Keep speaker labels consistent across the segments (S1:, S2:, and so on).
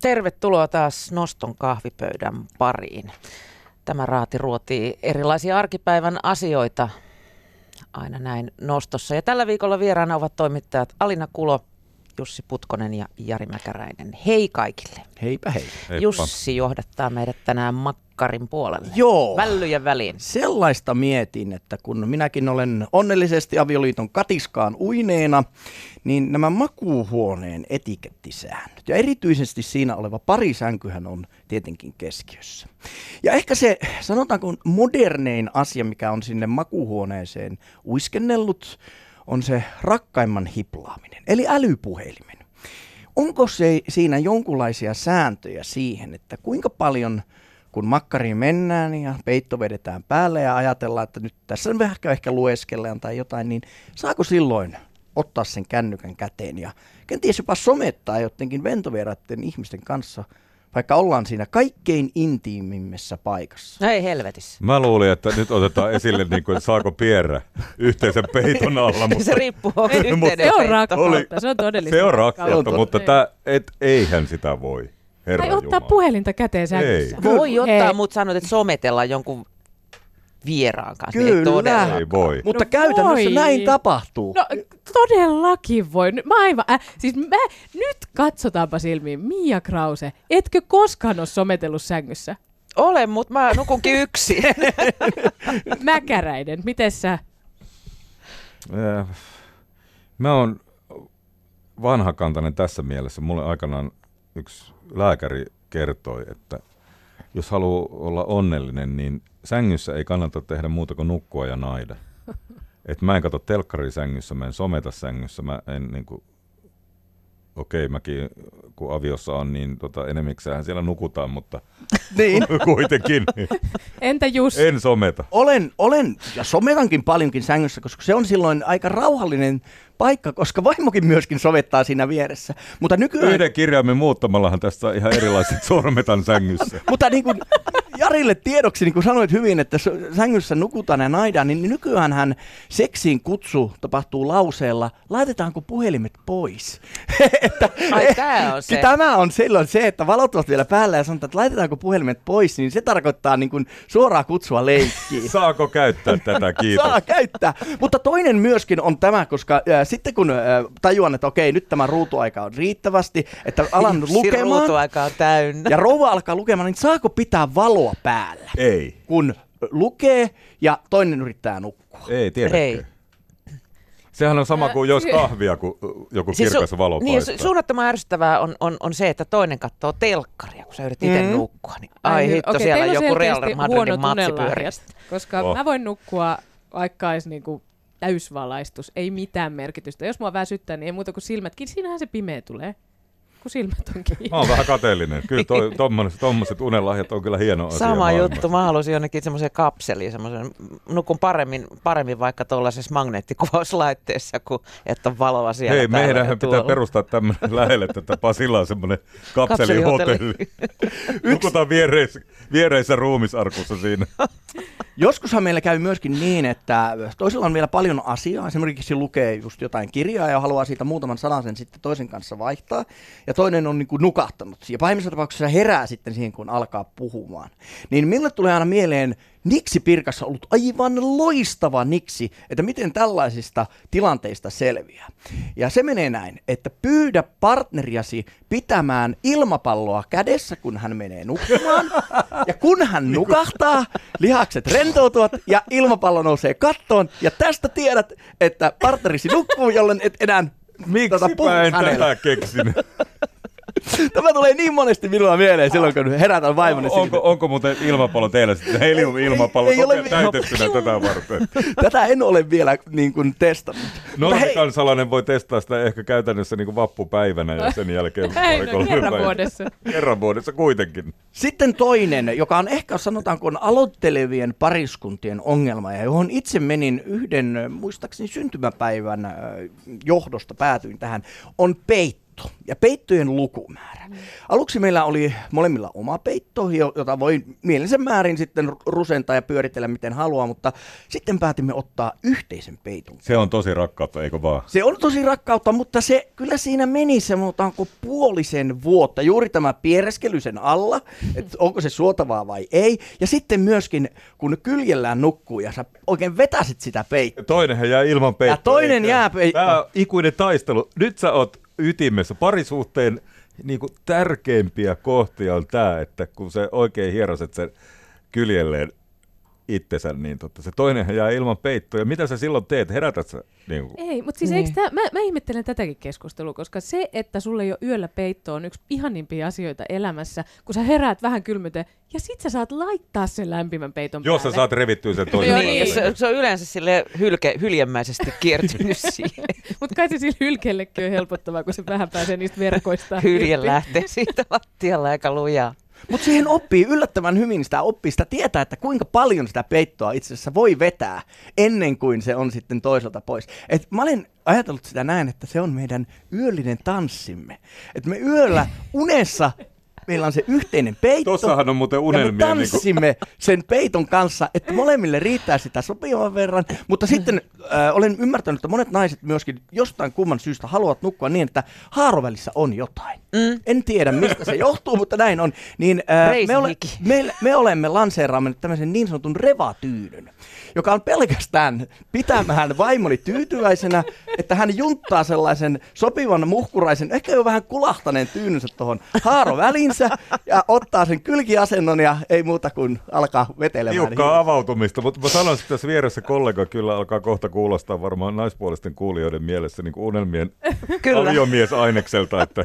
S1: Tervetuloa taas Noston kahvipöydän pariin. Tämä raati ruotii erilaisia arkipäivän asioita aina näin nostossa. Ja tällä viikolla vieraana ovat toimittajat Alina Kulo, Jussi Putkonen ja Jari Mäkäräinen. Hei kaikille.
S2: Heipä hei.
S3: Heippa.
S1: Jussi johdattaa meidät tänään makkarin puolelle.
S2: Joo.
S1: Vällyjen väliin.
S2: Sellaista mietin, että kun minäkin olen onnellisesti avioliiton katiskaan uineena, niin nämä makuuhuoneen etikettisäännöt ja erityisesti siinä oleva parisänkyhän on tietenkin keskiössä. Ja ehkä se, sanotaanko modernein asia, mikä on sinne makuuhuoneeseen uiskennellut, on se rakkaimman hiplaaminen, eli älypuhelimen. Onko se siinä jonkunlaisia sääntöjä siihen, että kuinka paljon kun makkariin mennään ja peitto vedetään päälle ja ajatellaan, että nyt tässä on vähän ehkä lueskellaan tai jotain, niin saako silloin ottaa sen kännykän käteen ja kenties jopa somettaa jotenkin ventovieraiden ihmisten kanssa, vaikka ollaan siinä kaikkein intiimimmässä paikassa?
S1: No ei helvetissä.
S3: Mä luulin, että nyt otetaan esille, niin kuin, että saako pierä yhteisen peiton alla, mutta
S1: Se riippuu, onko yhteinen
S3: Mutta-
S4: Se on
S1: peitto.
S4: rakkautta, se on todellista
S3: se on
S2: Se on
S3: rakkautta,
S2: totta.
S3: mutta tää, et, eihän sitä voi. Herra
S4: Tai ottaa
S3: Jumala.
S4: puhelinta käteen
S3: Ei.
S4: sängyssä.
S1: Voi ottaa,
S4: Hei.
S1: mutta sanoit, että sometellaan jonkun vieraan kanssa. Ei
S2: Kyllä.
S1: todella.
S3: Ei voi.
S2: Mutta
S4: No
S2: käytännössä
S4: voi.
S2: näin tapahtuu.
S4: No todellakin voi. Nyt- Mä aivan, äh, siis mä, nyt katsotaanpa silmiin. Mia Krause, etkö koskaan ole sometellut sängyssä?
S1: Olen, mutta mä nukunkin yksin.
S4: Mäkäräinen, miten sä?
S3: Äh, Mä oon vanhakantainen tässä mielessä. Mulle aikanaan yksi lääkäri kertoi, että jos haluaa olla onnellinen, niin sängyssä ei kannata tehdä muuta kuin nukkua ja naida. Et mä en kato telkkari sängyssä, mä en someta sängyssä, mä en niinku... Okei, mäkin kun aviossa on, niin tota, enemmiksähän siellä nukutaan, mutta
S2: Niin.
S3: kuitenkin
S4: Entä Jussi?
S3: en someta.
S2: Olen, olen ja sometankin paljonkin sängyssä, koska se on silloin aika rauhallinen paikka, koska vaimokin myöskin sovettaa siinä vieressä. Mutta nykyään,
S3: Yhden kirjaimen muuttamallahan tässä on ihan erilaiset sormetan sängyssä.
S2: mutta niin kuin Jarille tiedoksi, niin kuin sanoit hyvin, että s- sängyssä nukutaan ja naidaan, niin nykyään hän seksiin kutsu tapahtuu lauseella, laitetaanko puhelimet pois. että,
S1: Ai tää on se.
S2: Tämä on silloin se, että valot ovat vielä päällä ja sanotaan, että laitetaanko puhelimet pois, niin se tarkoittaa niin kuin suoraa kutsua leikkiin.
S3: Saako käyttää tätä? Kiitos.
S2: Saa käyttää. Mutta toinen myöskin on tämä, koska äh, sitten kun äh, tajuan, että okei, nyt tämä ruutuaika on riittävästi, että alan
S1: Jussin
S2: lukemaan
S1: ruutuaika on täynnä.
S2: ja rouva alkaa lukemaan, niin saako pitää valoa päällä,
S3: Ei.
S2: kun lukee ja toinen yrittää nukkua?
S3: Ei, tiedätkö?
S1: Ei.
S3: Sehän on sama kuin jos kahvia, kun joku kirkas
S1: su-
S3: valo
S1: niin,
S3: paistaa.
S1: su- suunnattoman ärsyttävää on, on, on, se, että toinen katsoo telkkaria, kun sä yrität itse
S2: Mm.
S1: nukkua. Niin, ai
S4: hy-
S1: hitto,
S4: okei,
S1: siellä
S4: teillä on
S1: joku Real
S4: selkeästi
S1: Madridin
S4: huono
S1: matsi
S4: tunnelma
S1: pyörii.
S4: asiasta, Koska
S3: Oh.
S4: oh. mä voin nukkua, vaikka olisi niinku täysvalaistus, ei mitään merkitystä. Jos mua väsyttää, niin ei muuta kuin silmätkin. Siinähän se pimeä tulee, kun silmät on kiinni.
S3: Mä oon vähän kateellinen. Kyllä toi, tommoset, tommoset unenlahjat on kyllä hieno asia
S1: Sama
S3: maailmassa.
S1: juttu. Mä halusin jonnekin semmoisen kapseliin. Semmoisen. Nukun paremmin, paremmin vaikka tuollaisessa magneettikuvauslaitteessa, kun että on valoa siellä.
S3: Hei,
S1: täällä ja
S3: meidän pitää
S1: tuolla.
S3: perustaa tämmöinen lähelle tätä Pasilaa semmoinen kapselihotelli.
S1: Kapselihotelli.
S3: Nukutaan viereis, viereisessä ruumisarkussa siinä.
S2: Joskushan meillä käy myöskin niin, että toisella on vielä paljon asiaa. Esimerkiksi lukee just jotain kirjaa ja haluaa siitä muutaman sanasen sitten toisen kanssa vaihtaa. Ja toinen on niin kuin nukahtanut. Ja pahimmassa tapauksessa herää sitten siihen, kun alkaa puhumaan. Niin minulle tulee aina mieleen Niksi Pirkassa ollut aivan loistava Niksi, että miten tällaisista tilanteista selviää. Ja se menee näin, että pyydä partneriasi pitämään ilmapalloa kädessä, kun hän menee nukkumaan. Ja kun
S3: Niin
S2: hän nukahtaa, lihakset rentoutuvat ja ilmapallo nousee kattoon. Ja tästä tiedät, että partnerisi nukkuu, jollen et enää tota, puhu
S3: Mä en
S2: hänelle.
S3: tätä keksinyt.
S2: Tämä tulee niin monesti minua mieleen silloin, kun herätän vaimoni
S3: Onko, onko muuten ilmapallo teillä sitten helium-ilmapallo
S2: Ei- ei ole-
S3: kokea täytettynä tätä varten?
S2: siitä. Tätä en ole vielä niin kuin, testannut.
S3: No,
S2: Mutta hei,
S3: Normikansalainen voi testaa sitä ehkä käytännössä niin kuin vappupäivänä ja sen jälkeen
S4: Näin
S3: pari
S4: on,
S3: kolme
S4: kerran
S3: päivää.
S4: vuodessa.
S3: Kerran vuodessa kuitenkin.
S2: Sitten toinen, joka on ehkä sanotaanko on aloittelevien pariskuntien ongelma ja johon itse menin yhden äh, muistaakseni syntymäpäivän äh, johdosta päätyin tähän, on peitto. peitto ja peittojen lukumäärä. Aluksi meillä oli molemmilla oma peitto, jo- jota voi mielensä määrin sitten ru- rusentaa ja pyöritellä miten haluaa, mutta sitten päätimme ottaa yhteisen peiton.
S3: Se on tosi rakkautta, eikö vaan?
S2: Se on tosi rakkautta, mutta se kyllä siinä meni sanotaanko puolisen vuotta. Juuri tämä piereskely sen alla, että onko se suotavaa vai ei. Ja sitten myöskin, kun kyljellään nukkuu ja sä oikein vetäsit sitä peittoa.
S3: Ja Toinenhan jää ilman peittoa.
S2: Ja toinen
S3: eikä?
S2: jää pei-
S3: Tää on ikuinen taistelu. Nyt sä oot ytimessä. Parisuhteen niin kuin tärkeimpiä kohtia on tämä, että kun se oikein hieroset sen kyljelleen itsensä, niin totta, se toinenhan jää ilman peittoa. Ja mitä sä silloin teet? Herätät sä? Niin kuin,
S4: Ei, mutta siis
S1: Niin.
S4: niin. tää, mä, mä ihmettelen tätäkin keskustelua, koska se, että sulle ei ole yöllä peitto, on yksi ihanimpia asioita elämässä, kun sä heräät vähän kylmyteen ja sit sä saat laittaa sen lämpimän peiton
S3: jos sä
S4: päälle.
S3: saat revittyä sen toisen.
S1: Joo,
S4: Joo,
S1: niin,
S4: niin.
S1: se, se, on yleensä sille hylke, hyljemmäisesti kiertynyt siihen.
S4: Mutta kai se sillä hylkeellekin on helpottavaa, kun se vähän pääsee niistä verkoista.
S1: Hylje lähtee siitä lattialla aika lujaa.
S2: Mutta siihen oppii yllättävän hyvin sitä oppii, sitä tietää, että kuinka paljon sitä peittoa itse asiassa voi vetää ennen kuin se on sitten toiselta pois. Et mä olen ajatellut sitä näin, että se on meidän yöllinen tanssimme. Että me yöllä unessa meillä on se yhteinen peitto.
S3: Tossahan on muuten
S2: Ja me
S3: unelmia. Niin kuin,
S2: tanssimme sen peiton kanssa, että molemmille riittää sitä sopivan verran. Mutta sitten äh, olen ymmärtänyt, että monet naiset myöskin jostain kumman syystä haluavat nukkua niin, että haarovälissä on jotain. Mm. En tiedä, mistä se johtuu, mutta näin on. Niin, äh, me, ole,
S1: Reisihiki.
S2: me, me olemme lanseeraamme nyt tämmöisen niin sanotun revatyynyn, joka on pelkästään pitämään vaimoni tyytyväisenä, että hän junttaa sellaisen sopivan muhkuraisen, ehkä jo vähän kulahtaneen tyynynsä tuohon haarovälinsä ja ottaa sen kylkiasennon ja ei muuta kuin alkaa vetelemään.
S3: Tiukkaa avautumista, mutta mä sanoisin, että tässä vieressä kollega kyllä alkaa kohta kuulostaa varmaan naispuolisten kuulijoiden mielessä niin kuin unelmien
S1: Kyllä.
S3: aviomies-ainekselta, että,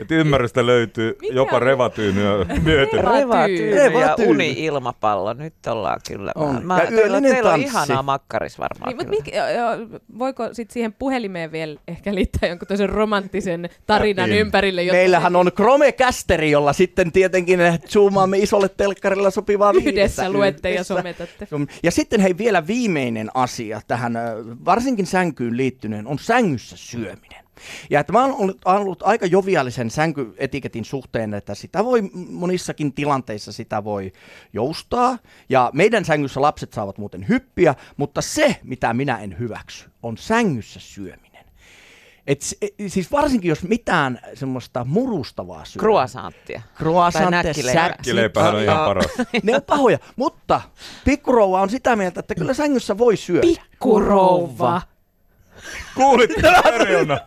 S3: että ymmärrystä löytyy
S4: Mikä
S3: jopa
S4: on-
S3: revatyynyä myöten.
S4: Reva-
S1: Revatyyny ja
S2: Revatyyny.
S1: uni-ilmapallo. Nyt ollaan kyllä.
S2: On.
S1: vähän-
S2: Ja
S1: teillä, on-
S2: yöllinen
S1: teillä on
S2: tanssi.
S1: ihanaa makkaris varmaan.
S4: Niin, mut
S1: kyllä.
S4: mik, joo, voiko sit siihen puhelimeen vielä ehkä liittää jonkun toisen romanttisen tarinan
S3: Niin.
S4: ympärille? jotta
S2: Meillähän on Chromecasteri, jolla sitten tietenkin zoomaamme isolle telkkarilla sopivaa
S4: Yhdessä
S2: viihdettä.
S4: luette ja
S2: Yhdessä.
S4: sometatte.
S2: Joo, Ja sitten hei vielä viimeinen asia tähän ö, varsinkin sänkyyn liittyneen on sängyssä syöminen. Ja että mä oon ollut, ollut aika joviallisen sänkyetiketin suhteen, että sitä voi monissakin tilanteissa sitä voi joustaa. Ja meidän sängyssä lapset saavat muuten hyppiä, mutta se mitä minä en hyväksy on sängyssä syöminen. Et, s- e- siis varsinkin jos mitään semmoista murustavaa syö.
S1: Kruasanttia. Tai
S2: Kruasante,
S1: näkkileipää.
S3: Näkkileipähän on ihan paras.
S2: Ne on pahoja, mutta pikkurouva on sitä mieltä, että kyllä sängyssä voi syödä.
S4: Pikkurouva.
S3: Kuulit stereona.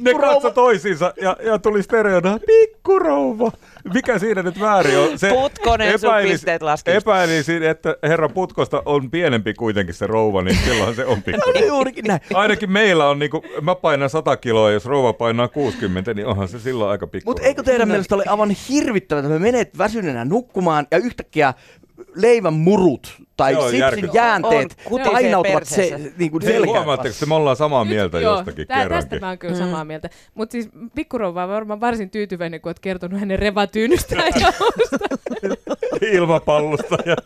S3: Ne katso toisiinsa ja, ja tuli stereona. Pikkurouva. Mikä siinä nyt väärin on? Se
S1: Putkonen, sun pisteet laski.
S3: epäilisin, että herra Putkosta on pienempi kuitenkin se rouva, niin silloin se on pikku.
S2: No juurikin näin.
S3: Ainakin meillä on, niinku, mä painan 100 kiloa, jos rouva painaa 60, niin onhan se silloin aika pikku.
S2: Mutta eikö teidän mielestä ole aivan hirvittävää, että me menet väsyneenä nukkumaan ja yhtäkkiä leivän murut tai
S3: Se on
S2: sipsin
S3: järkyttävää.
S2: jäänteet
S1: On, kutisee
S2: painautuvat se,
S1: perseessä.
S2: niin kuin
S3: Hei,
S2: selkään
S3: huomaatteko, että me ollaan samaa mieltä
S4: Nyt, joo,
S3: jostakin
S4: tää- Tästä
S3: kerrankin.
S4: mä oon kyllä samaa mieltä. Mutta siis pikkurouva on varmaan varsin tyytyväinen, kun oot kertonut hänen revatyynystään. ja muusta.
S3: Ilmapallosta ja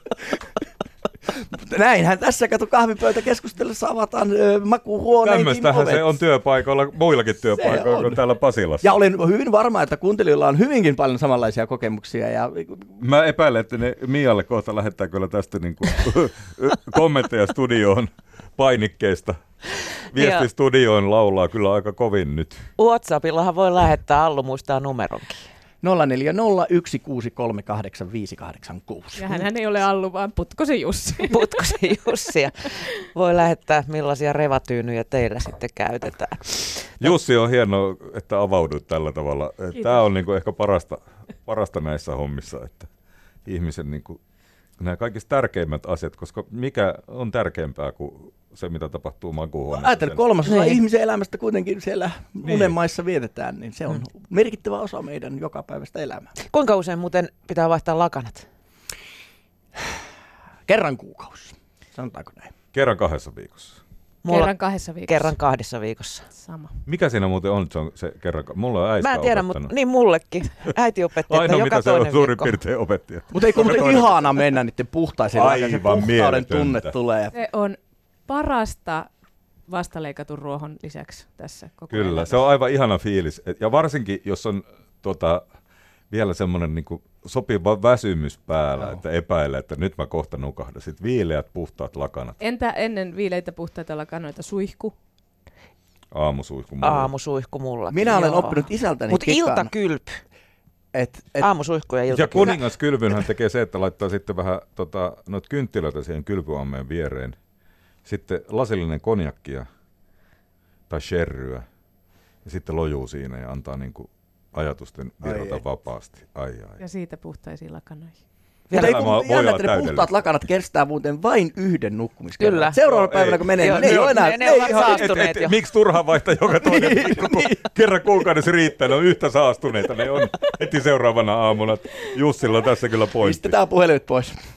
S2: vasta. Näinhän tässä kato kahvipöytäkeskustelussa avataan ö, makuuhuoneenkin
S3: Tämmöistähän se
S2: ovet.
S3: on työpaikoilla, muillakin työpaikoilla
S2: on.
S3: kuin täällä Pasilassa.
S2: Ja olen hyvin varma, että kuuntelijoilla on hyvinkin paljon samanlaisia kokemuksia. Ja
S3: Mä epäilen, että ne Mialle kohta lähettää kyllä tästä niin kuin, kommentteja studioon painikkeista.
S1: Joo.
S3: Viesti studioon laulaa kyllä aika kovin nyt.
S1: Whatsappillahan voi lähettää, Allu muistaa numeronkin.
S2: 0401638586.
S4: ja hän ei ole Allu, vaan Putkosen Jussi.
S1: Putkosen Jussia. Voi lähettää, millaisia revatyynyjä teillä sitten käytetään.
S3: Jussi on hienoa, että avaudut tällä tavalla. Tämä on niin kuin ehkä parasta, parasta näissä hommissa, että ihmisen niin kuin, nämä kaikista tärkeimmät asiat, koska mikä on tärkeämpää kuin se, mitä tapahtuu makuuhuoneessa.
S2: Ajattelin, kolmasosa
S1: Niin.
S2: niin. ihmisen elämästä kuitenkin siellä
S3: Niin.
S2: niin. unenmaissa vietetään, niin se on
S1: Mm.
S2: merkittävä osa meidän jokapäiväistä elämää.
S1: Kuinka usein muuten pitää vaihtaa lakanat?
S2: Kerran kuukausi, sanotaanko näin.
S3: Kerran kahdessa viikossa.
S4: Kerran kahdessa viikossa.
S1: kerran kahdessa viikossa.
S4: Sama.
S3: Mikä siinä muuten on, että se, on se kerran? ka- Mulla on äistä
S1: Mä en tiedä,
S3: opettanut.
S1: mutta niin mullekin. Äiti opetti, että
S3: Ainoa,
S1: joka
S3: mitä se
S1: toinen
S3: on suurin
S1: viikko.
S3: piirtein opetti. että-
S2: Mutta ei kun muuten
S3: Toinen-
S2: ihana mennä niiden puhtaisiin, vaikka se
S3: Aivan
S2: puhtauden
S3: mieletöntä.
S2: tunne tulee.
S4: Se on parasta vastaleikatun ruohon lisäksi tässä koko
S3: Kyllä,
S4: ajan.
S3: se on aivan ihana fiilis. Et, ja varsinkin, jos on tota, vielä semmoinen niin sopiva väsymys päällä,
S2: Joo.
S3: että epäilee, että nyt mä kohta nukahdan. Sitten viileät, puhtaat lakanat,
S4: Entä ennen viileitä puhtaita lakanoita suihku?
S3: aamusuihku. mulla.
S1: Aamusuihku mullakin.
S2: Minä olen
S1: joo.
S2: oppinut isältäni
S1: Mutta
S2: kikan,
S1: iltakylpy.
S2: et, et,
S1: Ah, Aamusuihku ja
S3: Ja
S1: iltakylpy.
S3: kuningaskylvynhän tekee se, että laittaa sitten vähän tota, noita kynttilöitä siihen kylpyammeen viereen. Sitten lasillinen konjakkia tai sherryä. Ja sitten lojuu siinä ja antaa niinku ajatusten
S2: Ai
S3: virrata
S2: et.
S3: vapaasti. Ai ai.
S4: Ja siitä puhtaisiin lakanoihin.
S2: Mutta ei kun
S3: Elämä voi
S2: jännä,
S3: olla
S2: että ne puhtaat
S3: täydellistä.
S2: lakanat kestää muuten vain yhden nukkumiskerran.
S1: Kyllä.
S2: Seuraavana
S3: Joo,
S2: päivänä
S3: ei.
S2: kun menee,
S1: Joo,
S2: niin ne ei
S1: ne-
S2: ole enää.
S1: ne- ne
S2: ei-
S1: ovat
S2: ei-
S1: saa- saastuneet jo.
S3: miksi turhaan vaihtaa joka toinen viikko, kun kerran kuukaudessa riittää, ne on yhtä saastuneita, ne on heti seuraavana aamuna. Jussilla on tässä kyllä pointti.
S2: Pistetään puhelimet pois.